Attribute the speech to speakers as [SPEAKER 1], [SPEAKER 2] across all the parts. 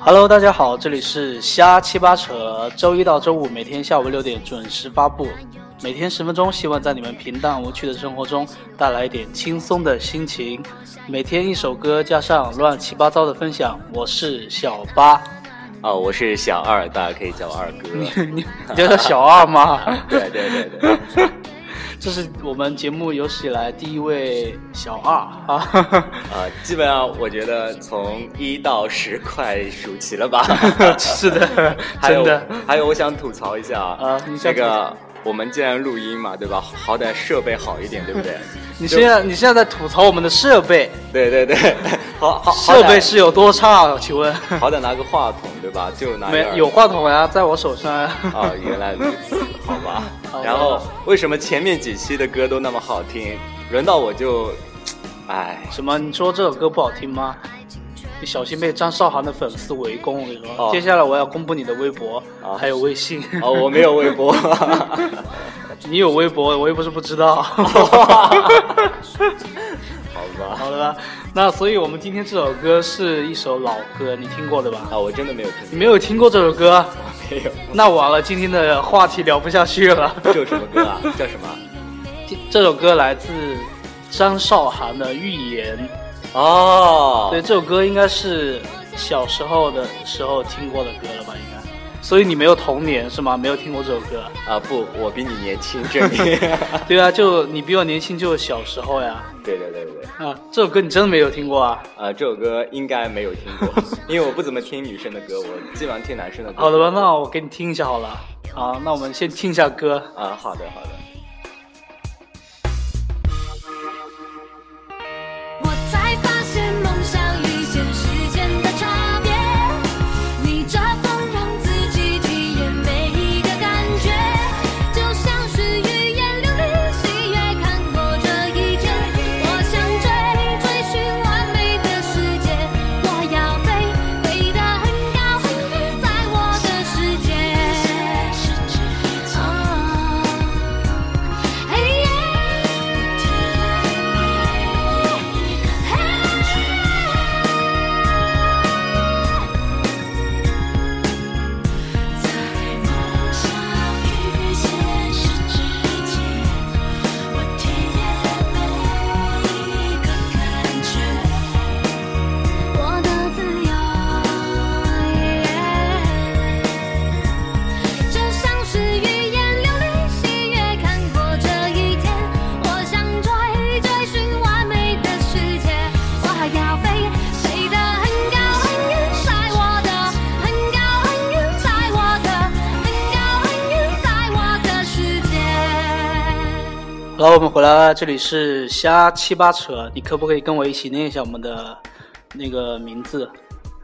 [SPEAKER 1] Hello，大家好，这里是瞎七八扯，周一到周五每天下午六点准时发布，每天十分钟，希望在你们平淡无趣的生活中带来一点轻松的心情。每天一首歌加上乱七八糟的分享，我是小八， 啊、
[SPEAKER 2] 哦，我是小二，大家可以叫我二 哥。
[SPEAKER 1] 你你叫他小二吗？
[SPEAKER 2] 对对对对。
[SPEAKER 1] 这是我们节目有史以来第一位小二
[SPEAKER 2] 啊！啊，基本上我觉得从一到十快数 齐了吧？
[SPEAKER 1] 是的，
[SPEAKER 2] 还有
[SPEAKER 1] 的，
[SPEAKER 2] 还有我想吐槽一下啊，这个我们既然录音嘛，对吧？好歹设备好一点，对不对？
[SPEAKER 1] 你现在你现在在吐槽我们的设备？
[SPEAKER 2] 对对对，好好
[SPEAKER 1] 设备是有多差、啊？请问？
[SPEAKER 2] 好歹拿个话筒对吧？就拿
[SPEAKER 1] 没有话筒呀、啊，在我手上呀、
[SPEAKER 2] 啊。哦，原来如此，好吧。然后为什么前面几期的歌都那么好听，轮到我就，哎唉，
[SPEAKER 1] 什么？你说这首歌不好听吗？你小心被张韶涵的粉丝围攻，我跟你说。哦、接下来我要公布你的微博，哦、还有微信。
[SPEAKER 2] 哦，我没有微博。
[SPEAKER 1] 你有微博，我又不是不知道。
[SPEAKER 2] 好吧，
[SPEAKER 1] 好了吧，那所以我们今天这首歌是一首老歌，你听过的吧？
[SPEAKER 2] 啊，我真的没有听，
[SPEAKER 1] 你没有听过这首歌？
[SPEAKER 2] 没有。
[SPEAKER 1] 那完了，今天的话题聊不下去了。
[SPEAKER 2] 这首什么歌啊？叫什么？
[SPEAKER 1] 这这首歌来自张韶涵的《预言》。
[SPEAKER 2] 哦，
[SPEAKER 1] 对，这首歌应该是小时候的时候听过的歌了吧？应该。所以你没有童年是吗？没有听过这首歌
[SPEAKER 2] 啊？不，我比你年轻，证 明。
[SPEAKER 1] 对啊，就你比我年轻，就小时候呀。
[SPEAKER 2] 对对对对。
[SPEAKER 1] 啊，这首歌你真的没有听过啊？
[SPEAKER 2] 啊，这首歌应该没有听过，因为我不怎么听女生的歌，我基本上听男生的歌。
[SPEAKER 1] 好的吧，那我给你听一下好了。好，那我们先听一下歌。
[SPEAKER 2] 啊，好的好的。
[SPEAKER 3] 我才发现梦想与现实间的差别，逆着风让自己体验每一个感觉，就像是语言流离，喜悦看过这一切。我想追，追寻完美的世界，我要飞，飞得很高很远，在我的世界。啊哦，嘿耶。在梦想与现实之间，我体验了每一个感觉，我的自由，就像是语言流利，喜悦看过这一天。我想追，追寻完美的世界，我还要飞，飞得很高很远，在我的很高很远，在我的很高很远，在我的世界。
[SPEAKER 1] 好了，我们回来了，这里是瞎七八扯，你可不可以跟我一起念一下我们的那个名字？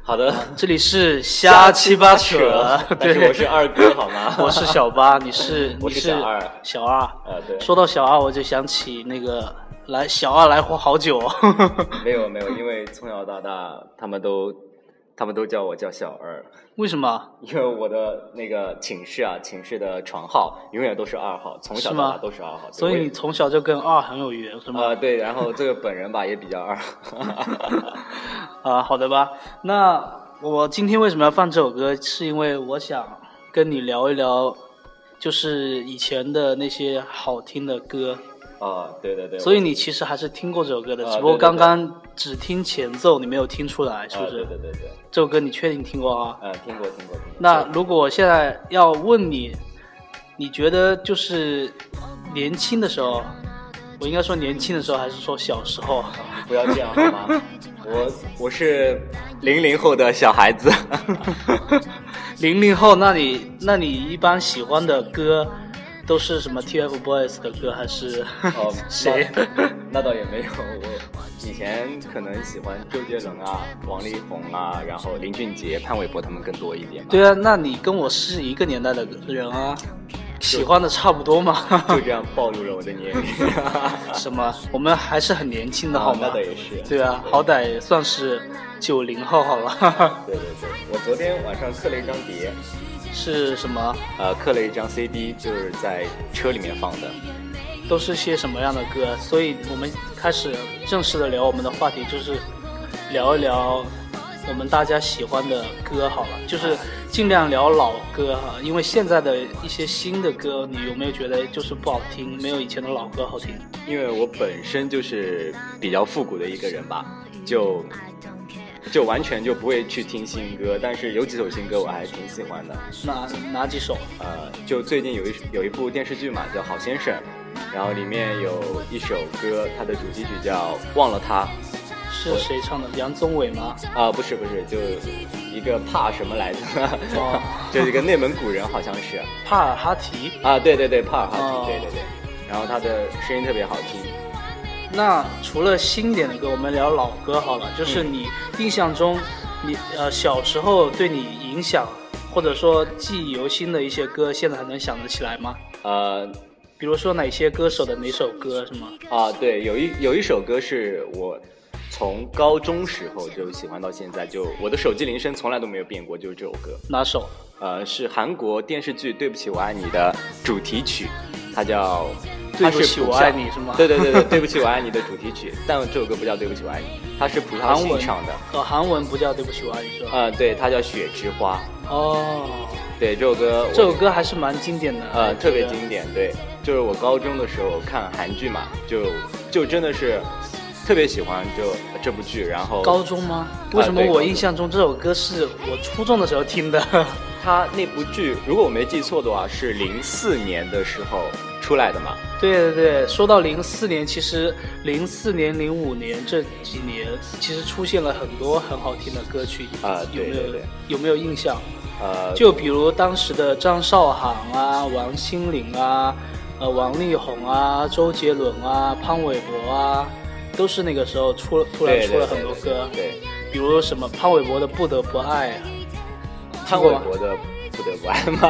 [SPEAKER 2] 好的，
[SPEAKER 1] 这里是瞎七八扯，
[SPEAKER 2] 但是
[SPEAKER 1] 对，
[SPEAKER 2] 我是二哥好吗？
[SPEAKER 1] 我是小 八，你是
[SPEAKER 2] 我
[SPEAKER 1] 你
[SPEAKER 2] 是
[SPEAKER 1] 是
[SPEAKER 2] 小二
[SPEAKER 1] 小二。
[SPEAKER 2] 啊对，
[SPEAKER 1] 说到小二，我就想起那个来小二来活好久。
[SPEAKER 2] 没有没有，因为从小到大他们都他们都叫我叫小二，
[SPEAKER 1] 为什么？
[SPEAKER 2] 因为我的那个寝室啊，寝室的床号永远都是二号，从小
[SPEAKER 1] 是
[SPEAKER 2] 到
[SPEAKER 1] 吗
[SPEAKER 2] 大都是二号。对
[SPEAKER 1] 所
[SPEAKER 2] 我
[SPEAKER 1] 以
[SPEAKER 2] 也
[SPEAKER 1] 你从小就跟二很有缘，是
[SPEAKER 2] 啊、
[SPEAKER 1] 吗？
[SPEAKER 2] 对，然后这个本人吧也比较二，
[SPEAKER 1] 啊，好的吧。那我今天为什么要放这首歌？是因为我想跟你聊一聊，就是以前的那些好听的歌。
[SPEAKER 2] 啊，对对对，
[SPEAKER 1] 所以
[SPEAKER 2] 我
[SPEAKER 1] 你其实还是听过这首歌的，
[SPEAKER 2] 啊
[SPEAKER 1] 只不过
[SPEAKER 2] 对对
[SPEAKER 1] 刚刚只听前奏，你没有听出来，是
[SPEAKER 2] 啊
[SPEAKER 1] 不是
[SPEAKER 2] 对？对对对，
[SPEAKER 1] 这首歌你确定听过啊？
[SPEAKER 2] 呃，听过听过听过。
[SPEAKER 1] 那如果我现在要问你，你觉得就是年轻的时候，我应该说年轻的时候，还是说小时候？
[SPEAKER 2] 不要这样好吗？我我是零零后的小孩子，
[SPEAKER 1] 零零后，那你那你一般喜欢的歌都是什么 TFBOYS 的歌还是？
[SPEAKER 2] 哦，
[SPEAKER 1] 谁
[SPEAKER 2] 那？ 那倒也没有，我以前可能喜欢周杰伦啊、王力宏啊，然后林俊杰、潘玮柏他们更多一点吧，
[SPEAKER 1] 对啊，那你跟我是一个年代的人啊，喜欢的差不多嘛。
[SPEAKER 2] 就这样暴露了我的年龄。
[SPEAKER 1] 什么？我们还是很年轻的好
[SPEAKER 2] 啊 那
[SPEAKER 1] 吗
[SPEAKER 2] 倒？也是。
[SPEAKER 1] 对啊，好歹也算是九零后好了。
[SPEAKER 2] 对对对，我昨天晚上刻了一张碟，
[SPEAKER 1] 是什么？
[SPEAKER 2] 呃，刻了一张 CD，就是在车里面放的。
[SPEAKER 1] 都是些什么样的歌？所以我们开始正式的聊我们的话题，就是聊一聊我们大家喜欢的歌好了，就是尽量聊老歌哈，因为现在的一些新的歌，你有没有觉得就是不好听，没有以前的老歌好听？
[SPEAKER 2] 因为我本身就是比较复古的一个人吧，就就完全就不会去听新歌，但是有几首新歌我还挺喜欢的。
[SPEAKER 1] 哪哪几首？
[SPEAKER 2] 呃，就最近有一有一部电视剧嘛，叫《好先生》，然后里面有一首歌，它的主题曲叫《忘了他》。
[SPEAKER 1] 是谁唱的？杨宗纬吗？
[SPEAKER 2] 啊、不是不是，就一个怕什么 来着？
[SPEAKER 1] 哦
[SPEAKER 2] 就是一个内蒙古人，好像是。
[SPEAKER 1] 帕尔哈提。
[SPEAKER 2] 啊，对对对，帕尔哈提，
[SPEAKER 1] 哦
[SPEAKER 2] 对对对。然后他的声音特别好听。
[SPEAKER 1] 那除了新一点的歌，我们聊老歌好了。就是
[SPEAKER 2] 嗯
[SPEAKER 1] 你印象中，你呃小时候对你影响或者说记忆犹新的一些歌，现在还能想得起来吗？
[SPEAKER 2] 呃，
[SPEAKER 1] 比如说哪些歌手的哪首歌是吗？
[SPEAKER 2] 啊，对，有一有一首歌是我从高中时候就喜欢到现在，就我的手机铃声从来都没有变过，就是这首歌。
[SPEAKER 1] 哪首？
[SPEAKER 2] 呃，是韩国电视剧《对不起我爱你》的主题曲，它叫《
[SPEAKER 1] 对不起我爱你》是
[SPEAKER 2] 它朴
[SPEAKER 1] 吗
[SPEAKER 2] 孝对对对对，《对不起我爱你》的主题曲， 但这首歌不叫《对不起我爱你》，它 是朴孝
[SPEAKER 1] 韩
[SPEAKER 2] 信
[SPEAKER 1] 文
[SPEAKER 2] 唱的。
[SPEAKER 1] 呃，韩文不叫对不起我爱你是吧？
[SPEAKER 2] 呃，对，它叫《雪之花
[SPEAKER 1] 哦，》。
[SPEAKER 2] 对，这首歌我
[SPEAKER 1] 这首歌还是蛮经典的，
[SPEAKER 2] 呃特别
[SPEAKER 1] 我觉得
[SPEAKER 2] 经典。对，就是我高中的时候看韩剧嘛，就就真的是特别喜欢这这部剧，然后
[SPEAKER 1] 高中吗？为什么
[SPEAKER 2] 啊对高
[SPEAKER 1] 我
[SPEAKER 2] 中
[SPEAKER 1] 印象中这首歌是我初中的时候听的？
[SPEAKER 2] 它那部剧如果我没记错的话是零四年的时候出来的嘛。
[SPEAKER 1] 对对对，说到零四年，其实零四年、零五年这几年，其实出现了很多很好听的歌曲
[SPEAKER 2] 啊
[SPEAKER 1] 有
[SPEAKER 2] 对
[SPEAKER 1] 没有
[SPEAKER 2] 对对
[SPEAKER 1] 有没有印象？
[SPEAKER 2] 呃，
[SPEAKER 1] 就比如当时的张韶涵啊、王心凌啊、呃王力宏啊、周杰伦啊、潘玮柏啊，都是那个时候出突然
[SPEAKER 2] 对
[SPEAKER 1] 出了
[SPEAKER 2] 对
[SPEAKER 1] 很多歌，
[SPEAKER 2] 对对对
[SPEAKER 1] 比如什么潘玮柏的《不得不爱》
[SPEAKER 2] 潘玮柏的《不得不爱》吗？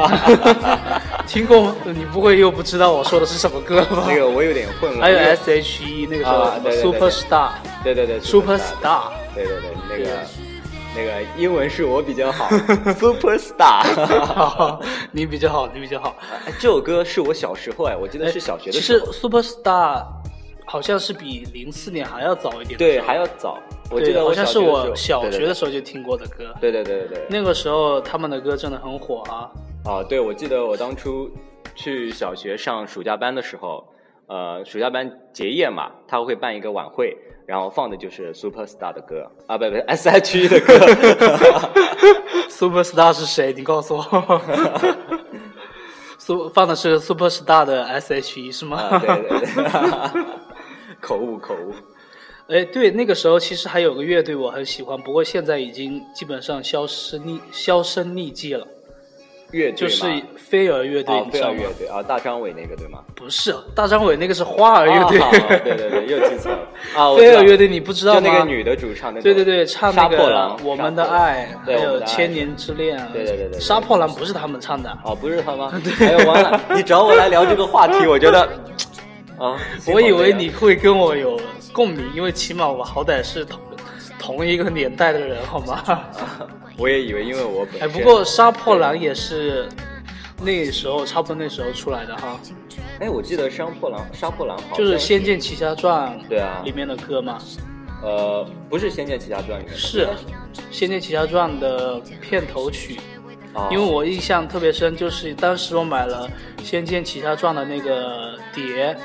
[SPEAKER 1] 啊，听过吗？你不会又不知道我说的是什么歌吧？
[SPEAKER 2] 那个我有点混乱。
[SPEAKER 1] 还有
[SPEAKER 2] 因为
[SPEAKER 1] S.H.E E，那个时候
[SPEAKER 2] 啊
[SPEAKER 1] 什么
[SPEAKER 2] 对对对
[SPEAKER 1] Super
[SPEAKER 2] 对
[SPEAKER 1] Star。
[SPEAKER 2] 对对对
[SPEAKER 1] Super Star，
[SPEAKER 2] 对对对，那
[SPEAKER 1] 对
[SPEAKER 2] 个那个英文是我比较 好，Super Star。
[SPEAKER 1] 你比较好，你比较好。
[SPEAKER 2] 哎 这首歌是我小时候哎，我记得是小学的
[SPEAKER 1] 其
[SPEAKER 2] 时
[SPEAKER 1] 实
[SPEAKER 2] 候，
[SPEAKER 1] Super Star 好像是比零四年还要早一点。
[SPEAKER 2] 对，还要早。我
[SPEAKER 1] 对
[SPEAKER 2] 记得
[SPEAKER 1] 好
[SPEAKER 2] 我
[SPEAKER 1] 像是
[SPEAKER 2] 小
[SPEAKER 1] 我小
[SPEAKER 2] 学的时候
[SPEAKER 1] 学的时候就听过的歌。
[SPEAKER 2] 对对对对对对对。
[SPEAKER 1] 那个时候他们的歌真的很火啊。
[SPEAKER 2] 啊，对，我记得我当初去小学上暑假班的时候，呃，暑假班结业嘛，他会办一个晚会，然后放的就是 Superstar 的歌啊，不不，S H E 的歌。
[SPEAKER 1] Super Star 是谁？你告诉 我。 苏放的是 Super Star 的 S.H.E 是吗？
[SPEAKER 2] 啊，对对对， 口误口误。
[SPEAKER 1] 哎，对，那个时候其实还有个乐队我很喜欢，不过现在已经基本上销失匿销声匿迹了，
[SPEAKER 2] 乐
[SPEAKER 1] 就
[SPEAKER 2] 队嘛
[SPEAKER 1] 是飞儿乐队，
[SPEAKER 2] 啊，
[SPEAKER 1] 你
[SPEAKER 2] 飞
[SPEAKER 1] 知道
[SPEAKER 2] 儿
[SPEAKER 1] 吗？
[SPEAKER 2] 乐队啊，大张伟那个对吗？
[SPEAKER 1] 不是大张伟那个是花儿乐队，
[SPEAKER 2] 啊好对对对，又记错了 啊，我知
[SPEAKER 1] 飞
[SPEAKER 2] 道
[SPEAKER 1] 儿乐队你不知道吗？
[SPEAKER 2] 就那个女的主唱那个，
[SPEAKER 1] 对对对，唱那
[SPEAKER 2] 杀破
[SPEAKER 1] 个
[SPEAKER 2] 狼
[SPEAKER 1] 《我们的爱》，还
[SPEAKER 2] 杀破狼对，我
[SPEAKER 1] 有
[SPEAKER 2] 们
[SPEAKER 1] 《
[SPEAKER 2] 的爱
[SPEAKER 1] 千年之恋》。啊
[SPEAKER 2] 对对对对对
[SPEAKER 1] 杀破狼不是他们唱的。
[SPEAKER 2] 哦，不 是他吗？还有王澜，你找我来聊这个话题，我觉得，啊，
[SPEAKER 1] 我以为你会跟我有共鸣，因为起码我好歹是同同一个年代的人，好 吗？
[SPEAKER 2] 我也以为，因为我本身
[SPEAKER 1] 哎，不过，杀破狼也是那时候差不多那时候出来的哈，
[SPEAKER 2] 哎，我记得杀破狼，杀破狼好像
[SPEAKER 1] 就是《仙剑奇侠传》
[SPEAKER 2] 对啊
[SPEAKER 1] 里面的歌嘛，
[SPEAKER 2] 呃，不是《仙剑奇侠传》里面的，
[SPEAKER 1] 是《仙剑奇侠传》的片头曲。
[SPEAKER 2] 哦
[SPEAKER 1] 因为我印象特别深，就是当时我买了《仙剑奇侠传》的那个碟，
[SPEAKER 2] 啊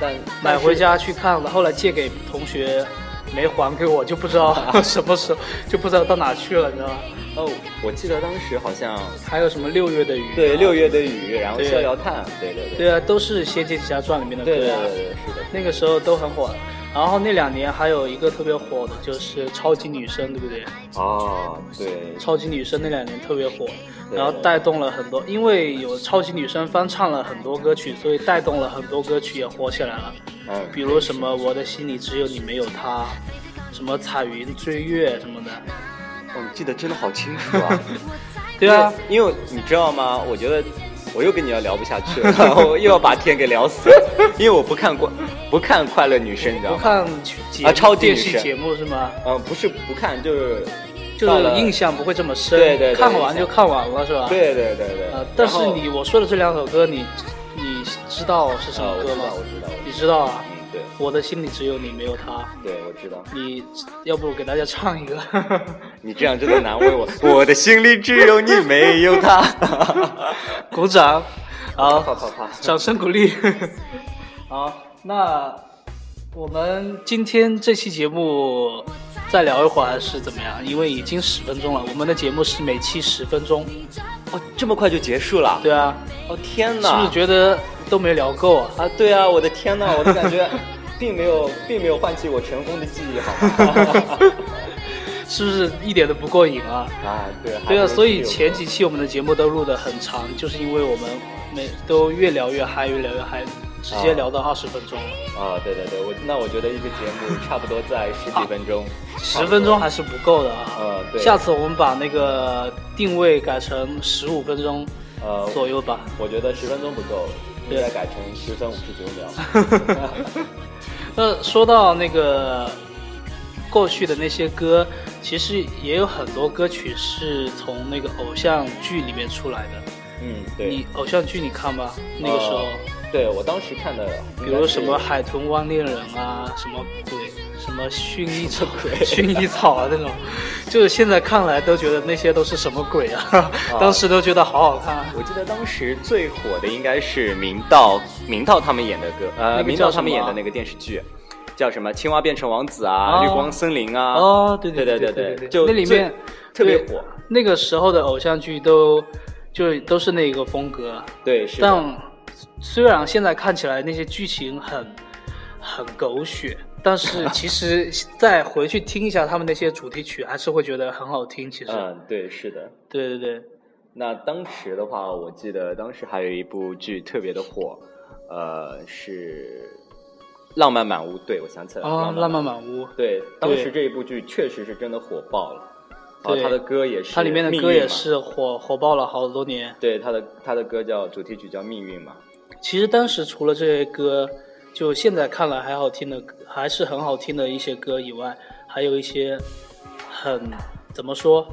[SPEAKER 2] 但
[SPEAKER 1] 买回，
[SPEAKER 2] 但是
[SPEAKER 1] 家去看了，后来借给同学，没还给我，就不知 道什么时候，就不知道到哪去了，你知道吗？
[SPEAKER 2] 哦，我记得当时好像
[SPEAKER 1] 还有什么六月的啊雨、
[SPEAKER 2] 对六。月的雨，然后
[SPEAKER 1] 对
[SPEAKER 2] 逍遥叹，对对对
[SPEAKER 1] 对啊，都是《仙剑奇侠传》里面的歌、啊。
[SPEAKER 2] 对对对对，是的。
[SPEAKER 1] 那个时候都很火。然后那两年还有一个特别火的，就是超级女声，对不对？
[SPEAKER 2] 哦，对，
[SPEAKER 1] 超级女声那两年特别火，
[SPEAKER 2] 对
[SPEAKER 1] 然后带动了很多，因为有超级女声翻唱了很多歌曲，所以带动了很多歌曲也火起来了。
[SPEAKER 2] 嗯，
[SPEAKER 1] 比如什么我的心里只有你没有他，什么彩云追月什么的。
[SPEAKER 2] 我记得真的好清楚啊。
[SPEAKER 1] 对啊，
[SPEAKER 2] 因为你知道吗？我觉得我又跟你要聊不下去了， 我又要把天给聊死， 因为我不看快不看快乐女生，你知道
[SPEAKER 1] 不
[SPEAKER 2] 吗？
[SPEAKER 1] 看节目
[SPEAKER 2] 啊超级女
[SPEAKER 1] 电
[SPEAKER 2] 声
[SPEAKER 1] 视节目是吗？
[SPEAKER 2] 嗯，不是不看，就是
[SPEAKER 1] 就
[SPEAKER 2] 到
[SPEAKER 1] 是
[SPEAKER 2] 了
[SPEAKER 1] 印象不会这么深，
[SPEAKER 2] 对对对
[SPEAKER 1] 看完就看完了是吧？
[SPEAKER 2] 对对对对。
[SPEAKER 1] 呃，但是
[SPEAKER 2] 然后
[SPEAKER 1] 你我说的这两首歌，你你知道是什
[SPEAKER 2] 啊，
[SPEAKER 1] 么
[SPEAKER 2] 我
[SPEAKER 1] 歌
[SPEAKER 2] 知
[SPEAKER 1] 吗
[SPEAKER 2] 道，？我知道，我
[SPEAKER 1] 你
[SPEAKER 2] 知
[SPEAKER 1] 知道啊
[SPEAKER 2] 道，？嗯，对
[SPEAKER 1] 我的心里只有你，没有他。
[SPEAKER 2] 对，我知道。
[SPEAKER 1] 你要不给大家唱一个？
[SPEAKER 2] 你这样真的难为我，我的心里只有你，没有他。
[SPEAKER 1] 鼓掌，
[SPEAKER 2] 啪
[SPEAKER 1] 好，
[SPEAKER 2] 啪啪！
[SPEAKER 1] 掌声鼓励。 好，那我们今天这期节目再聊一会儿还是怎么样？因为已经十分钟了，我们的节目是每期十分钟。
[SPEAKER 2] 哦，这么快就结束了？
[SPEAKER 1] 对啊，
[SPEAKER 2] 哦天
[SPEAKER 1] 是不
[SPEAKER 2] 哪！
[SPEAKER 1] 是觉得都没聊够啊？
[SPEAKER 2] 啊，对啊，我的天呐，我的感觉并没有，并没有唤起我尘封的记忆，好吗？
[SPEAKER 1] 是不是一点都不过瘾啊？
[SPEAKER 2] 啊，对，还
[SPEAKER 1] 对啊，
[SPEAKER 2] 不如
[SPEAKER 1] 所以
[SPEAKER 2] 自由
[SPEAKER 1] 前几期我们的节目都录得很长，就是因为我们每都越聊越嗨，越聊越嗨，直接
[SPEAKER 2] 啊
[SPEAKER 1] 聊到二十分钟了。
[SPEAKER 2] 啊，对对对，我那我觉得一个节目差不多在十几分钟，
[SPEAKER 1] 十分钟还是不够的啊。
[SPEAKER 2] 呃对
[SPEAKER 1] 下次我们把那个定位改成十五分钟
[SPEAKER 2] 呃，
[SPEAKER 1] 左右吧。
[SPEAKER 2] 我觉得十分钟不够，应
[SPEAKER 1] 对
[SPEAKER 2] 该改成十分五十九秒。
[SPEAKER 1] 那说到那个过去的那些歌，其实也有很多歌曲是从那个偶像剧里面出来的。
[SPEAKER 2] 嗯，对。
[SPEAKER 1] 你偶像剧你看吧，那个时候，
[SPEAKER 2] 呃对我当时看的，
[SPEAKER 1] 比如什么《海豚湾恋人》啊，什么鬼，什么薰衣 草、薰衣草啊那种，就是现在看来都觉得那些都是什么鬼啊，
[SPEAKER 2] 哦
[SPEAKER 1] 当时都觉得好好看啊。
[SPEAKER 2] 我记得当时最火的应该是明道，明道他们演的歌，
[SPEAKER 1] 那
[SPEAKER 2] 呃，
[SPEAKER 1] 个
[SPEAKER 2] 明
[SPEAKER 1] 叫
[SPEAKER 2] 道
[SPEAKER 1] 什
[SPEAKER 2] 他们
[SPEAKER 1] 么
[SPEAKER 2] 演
[SPEAKER 1] 啊
[SPEAKER 2] 的那个电视剧，叫什么《青蛙变成王子》啊，
[SPEAKER 1] 哦
[SPEAKER 2] 绿光森林》啊。
[SPEAKER 1] 哦，对
[SPEAKER 2] 对
[SPEAKER 1] 对
[SPEAKER 2] 对
[SPEAKER 1] 对
[SPEAKER 2] 对，
[SPEAKER 1] 就
[SPEAKER 2] 就
[SPEAKER 1] 那里
[SPEAKER 2] 最
[SPEAKER 1] 面
[SPEAKER 2] 特别
[SPEAKER 1] 对
[SPEAKER 2] 火。
[SPEAKER 1] 那个时候的偶像剧都就都是那个风格，
[SPEAKER 2] 对，是的。
[SPEAKER 1] 但虽然现在看起来那些剧情很很狗血，但 是其实再回去听一下他们那些主题曲，还是会觉得很好听。其实，
[SPEAKER 2] 嗯，对，是的。
[SPEAKER 1] 对对对，
[SPEAKER 2] 那当时的话，我记得当时还有一部剧特别的火，呃，是《浪漫满屋》。对，我想起来了，
[SPEAKER 1] 哦，浪漫
[SPEAKER 2] 屋》。
[SPEAKER 1] 满屋，
[SPEAKER 2] 对，当时这一部剧确实是真的火爆了，然后
[SPEAKER 1] 对
[SPEAKER 2] 他的歌也是，
[SPEAKER 1] 它里面的歌也。是火火爆了好多年。
[SPEAKER 2] 对，他的他的歌叫主题曲叫《命运》嘛。
[SPEAKER 1] 其实当时除了这些歌，就现在看来还好听的歌，还是很好听的一些歌以外，还有一些很怎么说，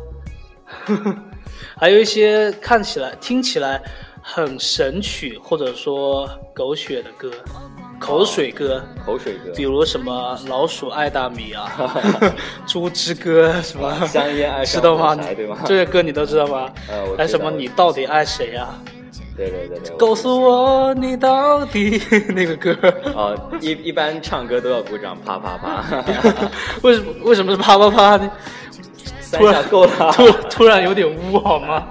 [SPEAKER 1] 还有一些看起来、听起来很神曲或者说狗血的歌、口水歌，
[SPEAKER 2] 口水歌，
[SPEAKER 1] 比如什么《老鼠爱大米》 啊，《猪之歌》什么。
[SPEAKER 2] 香烟 爱
[SPEAKER 1] 知
[SPEAKER 2] 上
[SPEAKER 1] 道吗？
[SPEAKER 2] 火柴对吗？
[SPEAKER 1] 这些歌你都知道吗？
[SPEAKER 2] 呃我
[SPEAKER 1] 还有
[SPEAKER 2] 知
[SPEAKER 1] 什
[SPEAKER 2] 道
[SPEAKER 1] 么？
[SPEAKER 2] 我
[SPEAKER 1] 你
[SPEAKER 2] 知
[SPEAKER 1] 到底爱谁呀、啊？
[SPEAKER 2] 对对对对，
[SPEAKER 1] 告诉我你到底 那个歌，
[SPEAKER 2] 啊，一一般唱歌都要鼓掌，啪 啪啪，
[SPEAKER 1] 为什么为什么是啪啪啪 呢？
[SPEAKER 2] 三
[SPEAKER 1] 突
[SPEAKER 2] 下
[SPEAKER 1] 然
[SPEAKER 2] 够了。
[SPEAKER 1] 突突然有点污好吗？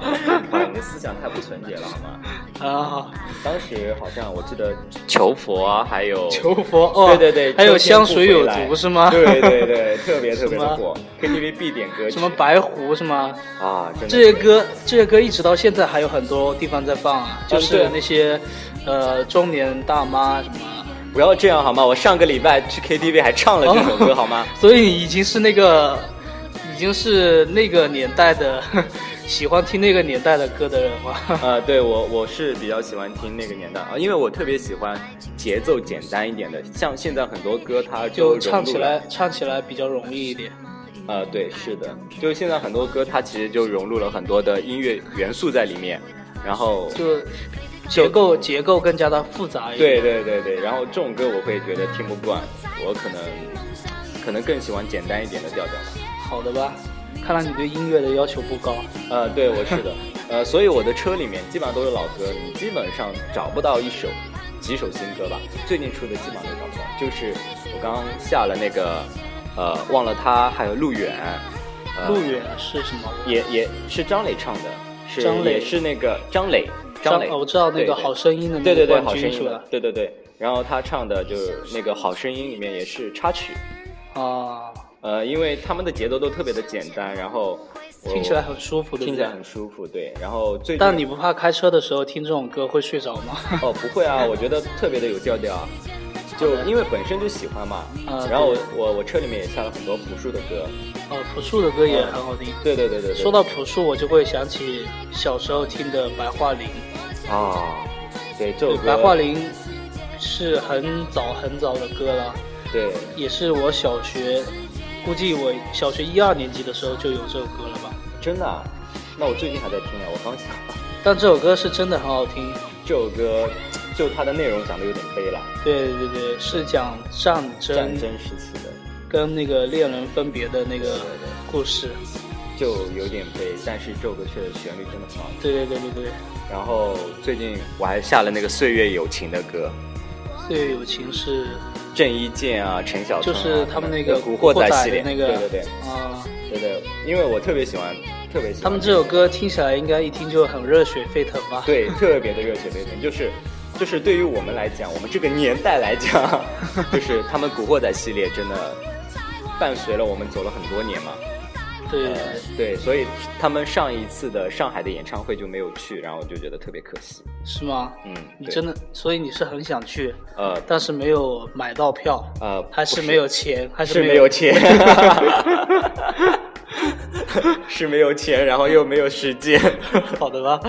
[SPEAKER 2] 啊，你的思想太不纯洁了，好吗？
[SPEAKER 1] 啊，
[SPEAKER 2] 当时好像我记得求佛啊，还有
[SPEAKER 1] 求佛哦，
[SPEAKER 2] 对对对，
[SPEAKER 1] 还有
[SPEAKER 2] 周天
[SPEAKER 1] 香
[SPEAKER 2] 不
[SPEAKER 1] 水有
[SPEAKER 2] 回来
[SPEAKER 1] 毒是吗？
[SPEAKER 2] 对对对，特别
[SPEAKER 1] 什
[SPEAKER 2] 特别
[SPEAKER 1] 么
[SPEAKER 2] 的火，KTV 必点歌 曲
[SPEAKER 1] 什么白狐是吗？
[SPEAKER 2] 啊，真的
[SPEAKER 1] 这些歌，这些歌一直到现在还有很多地方在放啊，就
[SPEAKER 2] 对
[SPEAKER 1] 是
[SPEAKER 2] 啊
[SPEAKER 1] 那些呃中年大妈什么，
[SPEAKER 2] 不要这样好吗？我上个礼拜去 KTV 还唱了这首
[SPEAKER 1] 哦
[SPEAKER 2] 歌好吗？
[SPEAKER 1] 所以已经是那个已经是那个年代的 喜欢听那个年代的歌的人了。
[SPEAKER 2] 呃，对我我是比较喜欢听那个年代啊，因为我特别喜欢节奏简单一点的，像现在很多歌它都
[SPEAKER 1] 就
[SPEAKER 2] 融
[SPEAKER 1] 唱
[SPEAKER 2] 入
[SPEAKER 1] 起
[SPEAKER 2] 了
[SPEAKER 1] 来，唱起来比较容易一点。
[SPEAKER 2] 呃，对，是的，就是现在很多歌它其实就融入了很多的音乐元素在里面，然后
[SPEAKER 1] 就结构结构更加的复杂一
[SPEAKER 2] 对
[SPEAKER 1] 点。
[SPEAKER 2] 对对对，然后这种歌我会觉得听不惯，我可能可能更喜欢简单一点的调调吧。
[SPEAKER 1] 好的吧？看来你对音乐的要求不高。
[SPEAKER 2] 呃，对，我是的，呃，所以我的车里面基本上都是老歌，你基本上找不到一首几首新歌吧，最近出的基本上都找不到。就是我刚刚下了那个，呃，忘了他，还有路远，呃、
[SPEAKER 1] 路远是什么？
[SPEAKER 2] 也也是张磊唱的，是
[SPEAKER 1] 张磊
[SPEAKER 2] 也是那个张磊，
[SPEAKER 1] 张
[SPEAKER 2] 磊，
[SPEAKER 1] 哦我知道那
[SPEAKER 2] 对
[SPEAKER 1] 个
[SPEAKER 2] 对
[SPEAKER 1] 好声音的那
[SPEAKER 2] 对
[SPEAKER 1] 个
[SPEAKER 2] 对对，
[SPEAKER 1] 冠
[SPEAKER 2] 好声
[SPEAKER 1] 军是
[SPEAKER 2] 音
[SPEAKER 1] 吧
[SPEAKER 2] 的，？对对对，然后他唱的就是那个《好声音》里面也是插曲，
[SPEAKER 1] 啊，
[SPEAKER 2] 呃，因为他们的节奏都特别的简单，然后我
[SPEAKER 1] 听起来很舒服，对
[SPEAKER 2] 听
[SPEAKER 1] 不
[SPEAKER 2] 起
[SPEAKER 1] 对
[SPEAKER 2] 来？很舒服，对。然后最
[SPEAKER 1] 但你不怕开车的时候听这种歌会睡着吗？
[SPEAKER 2] 哦不会啊，我觉得特别的有调调啊，就因为本身就喜欢嘛。
[SPEAKER 1] 啊
[SPEAKER 2] 然后我我我车里面也下了很多朴树的歌，
[SPEAKER 1] 哦，朴树的歌也很好听。
[SPEAKER 2] 对对对对对。
[SPEAKER 1] 说到朴树，我就会想起小时候听的《白桦林》。
[SPEAKER 2] 啊，对这首
[SPEAKER 1] 对，
[SPEAKER 2] 歌，
[SPEAKER 1] 白桦林是很早很早的歌了，
[SPEAKER 2] 对
[SPEAKER 1] 也是我小学，估计我小学一二年级的时候就有这首歌了吧。
[SPEAKER 2] 真的啊、那我最近还在听啊，我刚想到
[SPEAKER 1] 但这首歌是真的很好听。
[SPEAKER 2] 这首歌，就它的内容讲的有点悲了，
[SPEAKER 1] 对对对，是讲战
[SPEAKER 2] 战
[SPEAKER 1] 争
[SPEAKER 2] 争时期的，
[SPEAKER 1] 跟那个恋人分别的那个
[SPEAKER 2] 对对对
[SPEAKER 1] 故事。
[SPEAKER 2] 就有点悲，但是这首歌确实旋律真的很好听。
[SPEAKER 1] 对对对对对，
[SPEAKER 2] 然后最近我还下了那个《岁月友情》的歌，
[SPEAKER 1] 最有情是
[SPEAKER 2] 郑伊健啊，陈小春啊、
[SPEAKER 1] 就是他们那
[SPEAKER 2] 个
[SPEAKER 1] 个
[SPEAKER 2] 《古惑仔》系列，
[SPEAKER 1] 古惑仔的那个
[SPEAKER 2] 对对嗯对
[SPEAKER 1] 啊、
[SPEAKER 2] 对对，因为我特别喜欢，特别喜欢
[SPEAKER 1] 他们这首歌听起来应该一听就很热血沸腾吧？
[SPEAKER 2] 对，特别的热血沸腾，就是就是对于我们来讲，我们这个年代来讲， 就是他们《古惑仔》系列真的伴随了我们走了很多年嘛。
[SPEAKER 1] 对对
[SPEAKER 2] 呃
[SPEAKER 1] 对，
[SPEAKER 2] 对，所以他们上一次的上海的演唱会就没有去，然后就觉得特别可惜。
[SPEAKER 1] 是吗？
[SPEAKER 2] 嗯，
[SPEAKER 1] 你
[SPEAKER 2] 对
[SPEAKER 1] 真的，所以你是很想去，
[SPEAKER 2] 呃
[SPEAKER 1] 但是没有买到票，
[SPEAKER 2] 呃，
[SPEAKER 1] 还
[SPEAKER 2] 不
[SPEAKER 1] 是
[SPEAKER 2] 是
[SPEAKER 1] 没有钱，还
[SPEAKER 2] 是
[SPEAKER 1] 没
[SPEAKER 2] 没 有钱，是没有钱，然后又没有 时间。
[SPEAKER 1] 好的吧？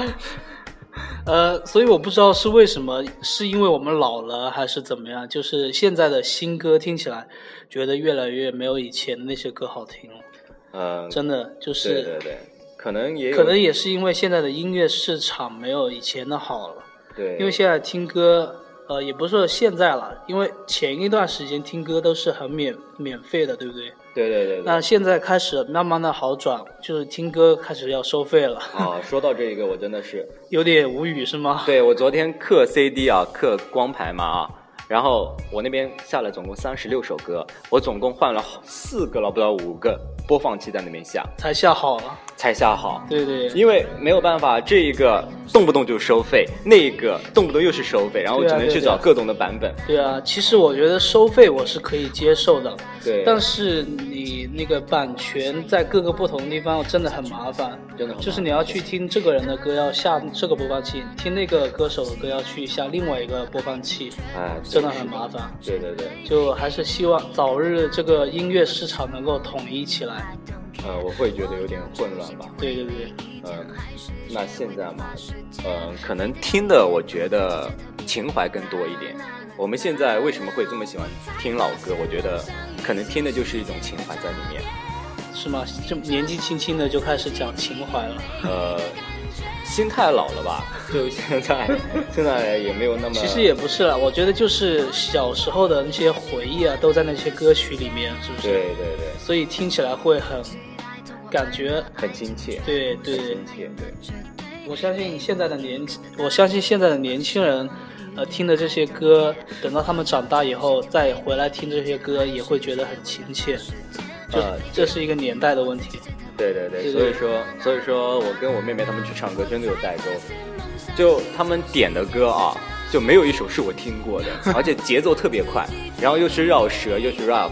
[SPEAKER 1] 呃，所以我不知道是为什么，是因为我们老了还是怎么样？就是现在的新歌听起来，觉得越来越没有以前的那些歌好听了。
[SPEAKER 2] 嗯、
[SPEAKER 1] 真的就是，
[SPEAKER 2] 对对对，可能也有
[SPEAKER 1] 可能也是因为现在的音乐市场没有以前的好了。
[SPEAKER 2] 对，
[SPEAKER 1] 因为现在听歌，呃，也不是说现在了，因为前一段时间听歌都是很免免费的，对不对？
[SPEAKER 2] 对对对对。
[SPEAKER 1] 那现在开始慢慢的好转，就是听歌开始要收费了，
[SPEAKER 2] 啊，说到这个，我真的是，
[SPEAKER 1] 有点无语是吗？
[SPEAKER 2] 对我昨天刻 CD 啊，刻光盘嘛啊，然后我那边下了总共三十六首歌，我总共换了四个了，不知道五个播放器在那边下，
[SPEAKER 1] 才下好了，
[SPEAKER 2] 才下好。
[SPEAKER 1] 对对。
[SPEAKER 2] 因为没有办法，这一个动不动就收费，那一个动不动又是收费，然后
[SPEAKER 1] 对啊
[SPEAKER 2] 只能去
[SPEAKER 1] 对啊
[SPEAKER 2] 找
[SPEAKER 1] 对啊
[SPEAKER 2] 各种的版本。
[SPEAKER 1] 对啊，其实我觉得收费我是可以接受的，
[SPEAKER 2] 对
[SPEAKER 1] 但是你那个版权在各个不同地方真的很麻烦，
[SPEAKER 2] 真的很麻烦
[SPEAKER 1] 就是你要去听这个人的歌要下这个播放器，听那个歌手的歌要去下另外一个播放器，
[SPEAKER 2] 哎，
[SPEAKER 1] 啊真的很麻烦。
[SPEAKER 2] 对对对，
[SPEAKER 1] 就还是希望早日这个音乐市场能够统一起来。
[SPEAKER 2] 呃，我会觉得有点混乱吧。
[SPEAKER 1] 对对对，
[SPEAKER 2] 呃，那现在嘛，呃，可能听的我觉得情怀更多一点。我们现在为什么会这么喜欢听老歌？我觉得可能听的就是一种情怀在里面。
[SPEAKER 1] 是吗？这年纪轻轻的就开始讲情怀了。
[SPEAKER 2] 呃，心太老了吧？就现在，现在也没有那么
[SPEAKER 1] 其实也不是啦，我觉得就是小时候的那些回忆啊，都在那些歌曲里面，是不
[SPEAKER 2] 对
[SPEAKER 1] 是？
[SPEAKER 2] 对对，
[SPEAKER 1] 所以听起来会很感觉，
[SPEAKER 2] 很亲切，
[SPEAKER 1] 对对
[SPEAKER 2] 很亲切，对。
[SPEAKER 1] 我相信现在的年，我相信现在的年轻人。呃，听的这些歌，等到他们长大以后再回来听这些歌，也会觉得很亲切。就、
[SPEAKER 2] 呃
[SPEAKER 1] 这是一个年代的问题。
[SPEAKER 2] 对对对，
[SPEAKER 1] 对对
[SPEAKER 2] 所以说所以说我跟我妹妹她们去唱歌，真的有代沟，就她们点的歌啊，就没有一首是我 听过的，而且节奏特别快，然后又是绕舌又是 rap，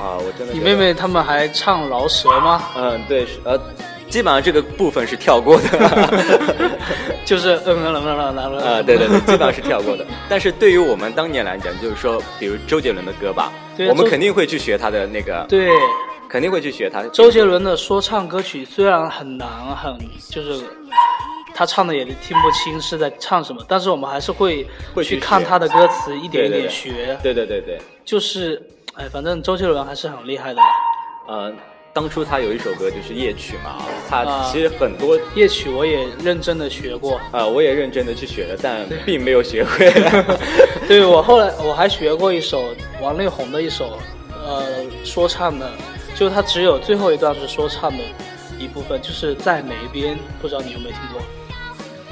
[SPEAKER 2] 啊，我真的
[SPEAKER 1] 你
[SPEAKER 2] 觉得
[SPEAKER 1] 妹，妹他们还唱饶舌吗？
[SPEAKER 2] 嗯，对，是呃，基本上这个部分是跳过的，
[SPEAKER 1] 就是嗯嗯嗯嗯嗯嗯，
[SPEAKER 2] 啊，对对对，基本上是跳过的。但是对于我们当年来讲，就是说，比如周杰伦的歌吧，
[SPEAKER 1] 对
[SPEAKER 2] 我们
[SPEAKER 1] 周
[SPEAKER 2] 肯定会去学他的那个，
[SPEAKER 1] 对。
[SPEAKER 2] 肯定会去学他。
[SPEAKER 1] 周杰伦的说唱歌曲虽然很难，很就是他唱的也听不清是在唱什么，但是我们还是会
[SPEAKER 2] 会去
[SPEAKER 1] 去
[SPEAKER 2] 学
[SPEAKER 1] 看他的歌词，一点一点学。
[SPEAKER 2] 对对对对，
[SPEAKER 1] 就是哎，反正周杰伦还是很厉害的。
[SPEAKER 2] 呃，当初他有一首歌就是夜曲嘛，他
[SPEAKER 1] 啊
[SPEAKER 2] 其实很多
[SPEAKER 1] 夜曲我也认真的学过，
[SPEAKER 2] 呃，我也认真的去学了，但并没有学会。
[SPEAKER 1] 对我后来我还学过一首王力宏的一首呃说唱的，就是他只有最后一段是说唱的一部分，就是在哪一边，不知道你有没有听过？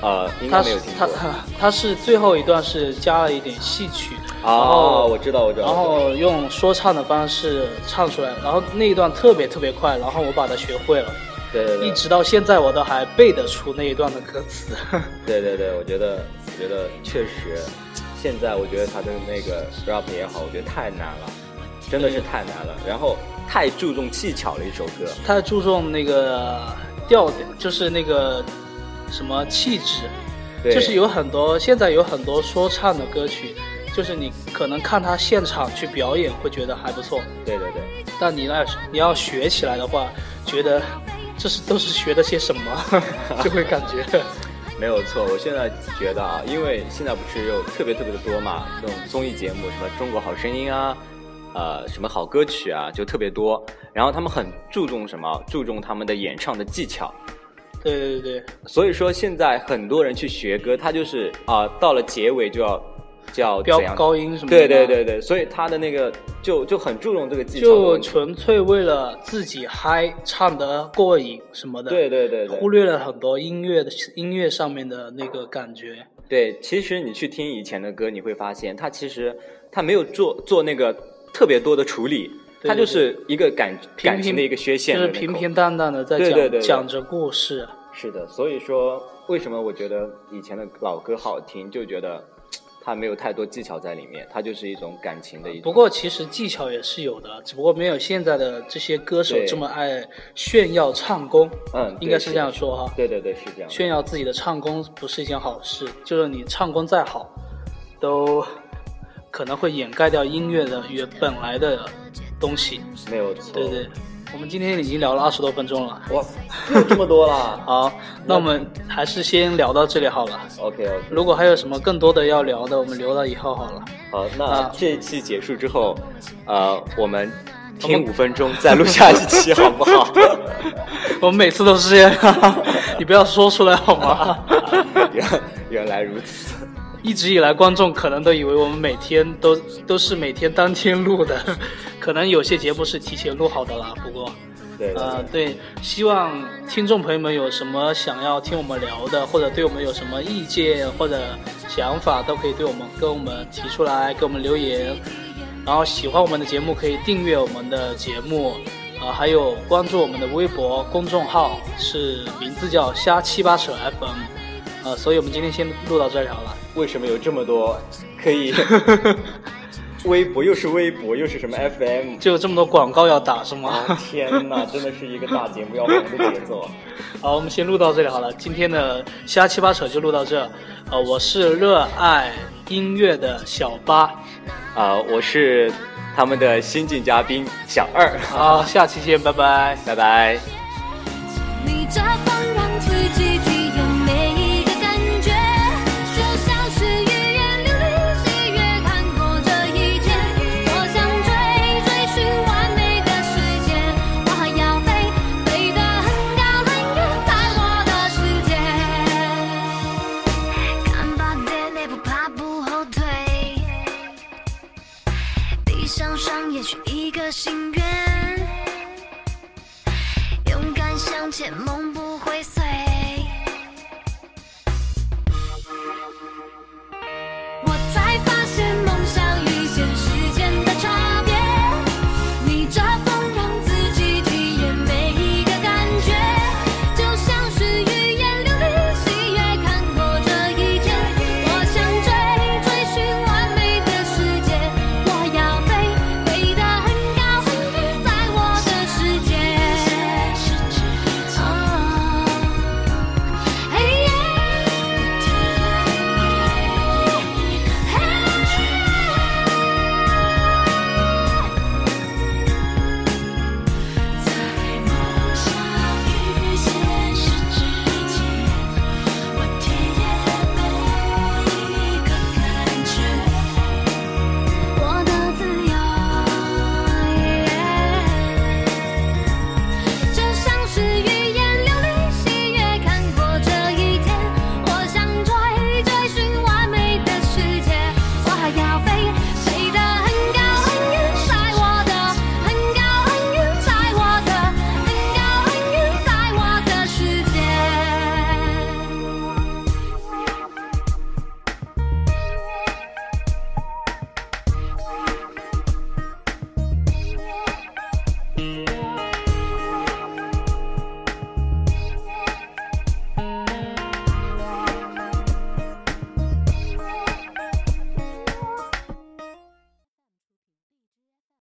[SPEAKER 2] 呃，应该
[SPEAKER 1] 他
[SPEAKER 2] 没有
[SPEAKER 1] 是
[SPEAKER 2] 听
[SPEAKER 1] 他
[SPEAKER 2] 过。
[SPEAKER 1] 他是最后一段是加了一点戏曲，然
[SPEAKER 2] 哦，
[SPEAKER 1] 后
[SPEAKER 2] 我知道，我知道。
[SPEAKER 1] 然后用说唱的方式唱出来，然后那一段特别特别快，然后我把它学会了，
[SPEAKER 2] 对对
[SPEAKER 1] 一
[SPEAKER 2] 对，
[SPEAKER 1] 直到现在我都还背得出那一段的歌词。
[SPEAKER 2] 对对对，我觉得，我觉得确实，现在我觉得他的那个 rap 也好，我觉得太难了，真
[SPEAKER 1] 嗯
[SPEAKER 2] 的是太难了。然后太注重技巧了一首歌，
[SPEAKER 1] 他注重那个调调，就是那个什么气质，
[SPEAKER 2] 对，
[SPEAKER 1] 就是有很多现在有很多说唱的歌曲，就是你可能看他现场去表演会觉得还不错，
[SPEAKER 2] 对对对，
[SPEAKER 1] 但你要你要学起来的话，觉得这是都是学的些什么， 就会感觉
[SPEAKER 2] 没有错。我现在觉得啊，因为现在不是有特别特别的多嘛，这种综艺节目，什么《中国好声音》啊，呃，什么好歌曲啊，就特别多。然后他们很注重什么？注重他们的演唱的技巧。
[SPEAKER 1] 对对对对，
[SPEAKER 2] 所以说，现在很多人去学歌，他就是啊、到了结尾就要就要
[SPEAKER 1] 飙
[SPEAKER 2] 怎样
[SPEAKER 1] 高音什啊么的，
[SPEAKER 2] 对对对对，所以他的那个就就很注重这个技巧的
[SPEAKER 1] 就
[SPEAKER 2] 问题，
[SPEAKER 1] 纯粹为了自己嗨，唱得过瘾什么的，
[SPEAKER 2] 对对对
[SPEAKER 1] 忽
[SPEAKER 2] 对，
[SPEAKER 1] 略了很多音乐的音乐上面的那个感觉。
[SPEAKER 2] 对。其实你去听以前的歌，你会发现他其实他没有做做那个特别多的处理，
[SPEAKER 1] 对
[SPEAKER 2] 他
[SPEAKER 1] 对
[SPEAKER 2] 就是一个感
[SPEAKER 1] 平
[SPEAKER 2] 感情的一个缺陷
[SPEAKER 1] 就
[SPEAKER 2] 的
[SPEAKER 1] 是
[SPEAKER 2] 那个
[SPEAKER 1] 平平淡淡的在讲
[SPEAKER 2] 对对对对
[SPEAKER 1] 讲着故事。
[SPEAKER 2] 是的，所以说为什么我觉得以前的老歌好听，就觉得它没有太多技巧在里面，它就是一种感情的一种。
[SPEAKER 1] 不过其实技巧也是有的，只不过没有现在的这些歌手
[SPEAKER 2] 对
[SPEAKER 1] 这么爱炫耀唱功，
[SPEAKER 2] 嗯，
[SPEAKER 1] 应该
[SPEAKER 2] 对
[SPEAKER 1] 是这样。说哈。
[SPEAKER 2] 对对对，是这样的。
[SPEAKER 1] 炫耀自己的唱功不是一件好事，就是你唱功再好，都可能会掩盖掉音乐的原本来的东西。
[SPEAKER 2] 没有错。
[SPEAKER 1] 对对，我们今天已经聊了二十多分钟了。
[SPEAKER 2] 哇，又这么多了。
[SPEAKER 1] 好，那我们还是先聊到这里好了。
[SPEAKER 2] OK OK，
[SPEAKER 1] 如果还有什么更多的要聊的，我们留到以后好了。
[SPEAKER 2] 好，那
[SPEAKER 1] 啊
[SPEAKER 2] 这一期结束之后，呃，我们听五分钟再录下一期，好 不好？
[SPEAKER 1] 我们每次都是这样， 你不要说出来好吗？
[SPEAKER 2] 原原来如此，
[SPEAKER 1] 一直以来，观众可能都以为我们每天都都是每天当天录的，可能有些节目是提前录好的啦。不过，
[SPEAKER 2] 对对
[SPEAKER 1] 呃
[SPEAKER 2] 对，
[SPEAKER 1] 对，希望听众朋友们有什么想要听我们聊的，或者对我们有什么意见或者想法，都可以对我们跟我们提出来，给我们留言。然后喜欢我们的节目，可以订阅我们的节目，呃，还有关注我们的微博公众号，是名字叫“瞎七八扯 FM”。呃，所以我们今天先录到这里好了。
[SPEAKER 2] 为什么有这么多可以微博又是微博又是什么 FM？
[SPEAKER 1] 就有这么多广告要打是
[SPEAKER 2] 啊
[SPEAKER 1] 吗？
[SPEAKER 2] 天哪，真的是一个大节目要红的节奏。啊
[SPEAKER 1] 好，我们先录到这里好了。今天的瞎七八扯就录到这。呃，我是热爱音乐的小八。
[SPEAKER 2] 啊、我是他们的新晋嘉宾小二，
[SPEAKER 1] 好，下期见，拜拜。
[SPEAKER 2] 拜拜。
[SPEAKER 3] 逆着风，让自己体验每一个感觉，就像是语言流离岁月看过这一切。多想追追寻完美的世界，我还要飞，飞得很高很远，在我的世界。看吧，爹，内不怕不后退，地上上也许一个心愿。勇敢向前，梦不啊